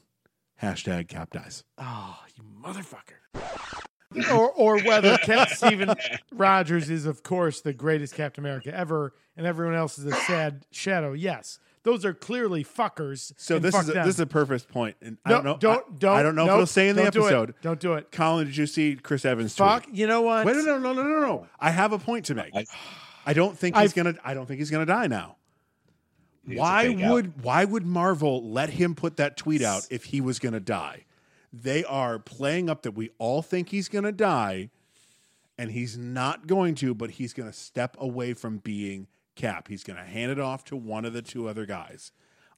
S1: Hashtag cap dies.
S2: Oh, you motherfucker. or, or whether Captain Steven Rogers is, of course, the greatest Captain America ever, and everyone else is a sad shadow. Yes, those are clearly fuckers.
S1: So
S2: and
S1: this
S2: fuck
S1: is a,
S2: them.
S1: this is a perfect point, and I
S2: No,
S1: don't know. I,
S2: don't- don't-
S1: I don't know if
S2: nope,
S1: it'll stay in the
S2: don't do it.
S1: episode.
S2: Don't do it.
S1: Colin, did you see Chris Evans? tweet?
S2: fuck. You know what?
S1: Wait, no, no, no, no, no, no. I have a point to make. I, don't think he's
S2: I've-
S1: gonna. I don't think he's gonna die now.
S8: a
S1: Why
S8: fake out.
S1: would Why would Marvel let him put that tweet out if he was gonna die? They are playing up that we all think he's gonna die, and he's not going to. But he's gonna step away from being Cap. He's gonna hand it off to one of the two other guys.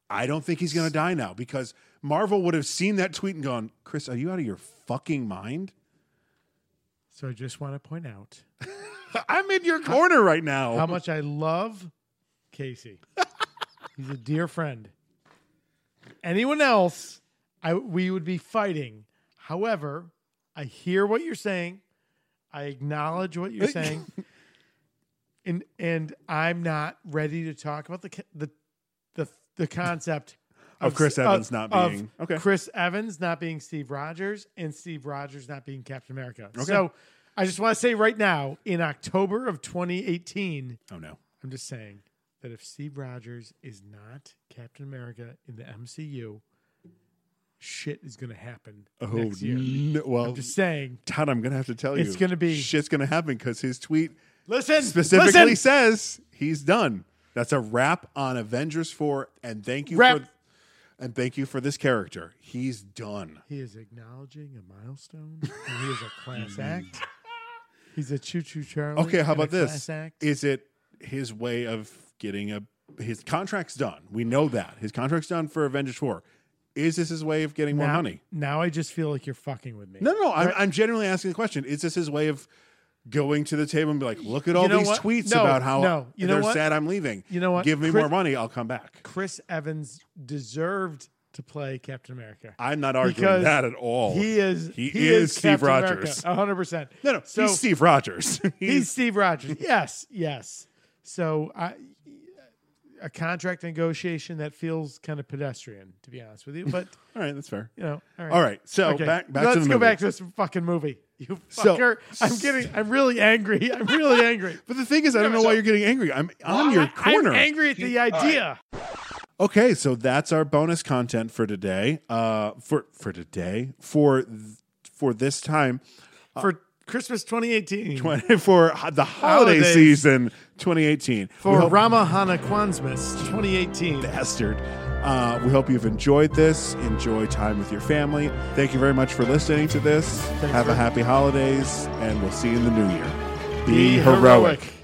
S1: I don't think he's gonna die now because Marvel would have seen that tweet and gone, "Chris, are you out of your fucking mind?"
S2: So I just want to point out
S1: I'm in your corner right now.
S2: how much I love Casey. He's a dear friend. Anyone else, I we would be fighting. However, I hear what you're saying. I acknowledge what you're saying. And and I'm not ready to talk about the ca- the the the concept
S1: Of Chris
S2: s-
S1: Evans not
S2: of
S1: being- okay.
S2: Chris Evans not being Steve Rogers and Steve Rogers not being Captain America. So I just want to say right now, in October of 2018,
S1: Oh no.
S2: I'm just saying that if Steve Rogers is not Captain America in the MCU, shit is going to happen next year.
S1: no. Oh, well,
S2: I'm just saying.
S1: Todd, I'm gonna have to tell you,
S2: It's gonna be-
S1: shit's gonna happen because his tweet
S2: Listen,
S1: specifically
S2: listen,
S1: says he's done. That's a wrap on Avengers four, and thank you
S2: Wrap.
S1: for and thank you for this character. He's done.
S2: he is acknowledging a milestone. and he is a class act. He's a choo choo Charlie.
S1: Okay, how
S2: and a
S1: about this?
S2: class act.
S1: Is it his way of getting a his contract's done? We know that his contract's done for Avengers four. Is this his way of getting more
S2: now,
S1: money?
S2: Now I just feel like you're fucking with me.
S1: No, no, I'm, I'm genuinely asking the question. Is this his way of going to the table and be like, look at all
S2: know
S1: these
S2: what?
S1: tweets
S2: No,
S1: about how
S2: no. You know
S1: they're
S2: what?
S1: sad I'm leaving.
S2: You know what?
S1: Give me
S2: Chris-
S1: more money, I'll come back.
S2: Chris Evans deserved to play Captain America.
S1: I'm not arguing
S2: Because
S1: that at all.
S2: He is
S1: He,
S2: is,
S1: is, Steve
S2: Captain America,
S1: Rogers.
S2: 100%.
S1: No, no,
S2: So-
S1: he's Steve Rogers.
S2: he's, Steve Rogers. Yes, yes. So I, a contract negotiation that feels kind of pedestrian, to be honest with you. But
S1: all right. That's fair.
S2: you know, all right.
S1: All right, so back- back to
S2: Let's
S1: the
S2: go
S1: movie.
S2: back to this fucking movie. You
S1: So-
S2: fucker! I'm getting. I'm really angry. I'm really angry.
S1: But the thing is, I don't know why you're getting angry. I'm on your
S2: I-
S1: corner.
S2: I'm angry at the idea.
S1: Okay, so that's our bonus content for today. Uh, for for today, for th- for this time,
S2: for Christmas 2018
S1: for the holiday
S2: Holidays.
S1: season 2018. We
S2: for
S1: hope-
S2: Ramahana Kwansmas 2018.
S1: bastard. Uh, we hope you've enjoyed this. Enjoy time with your family. Thank you very much for listening to this. Have a
S2: for-
S1: happy holidays, and we'll see you in the new year.
S2: Be heroic.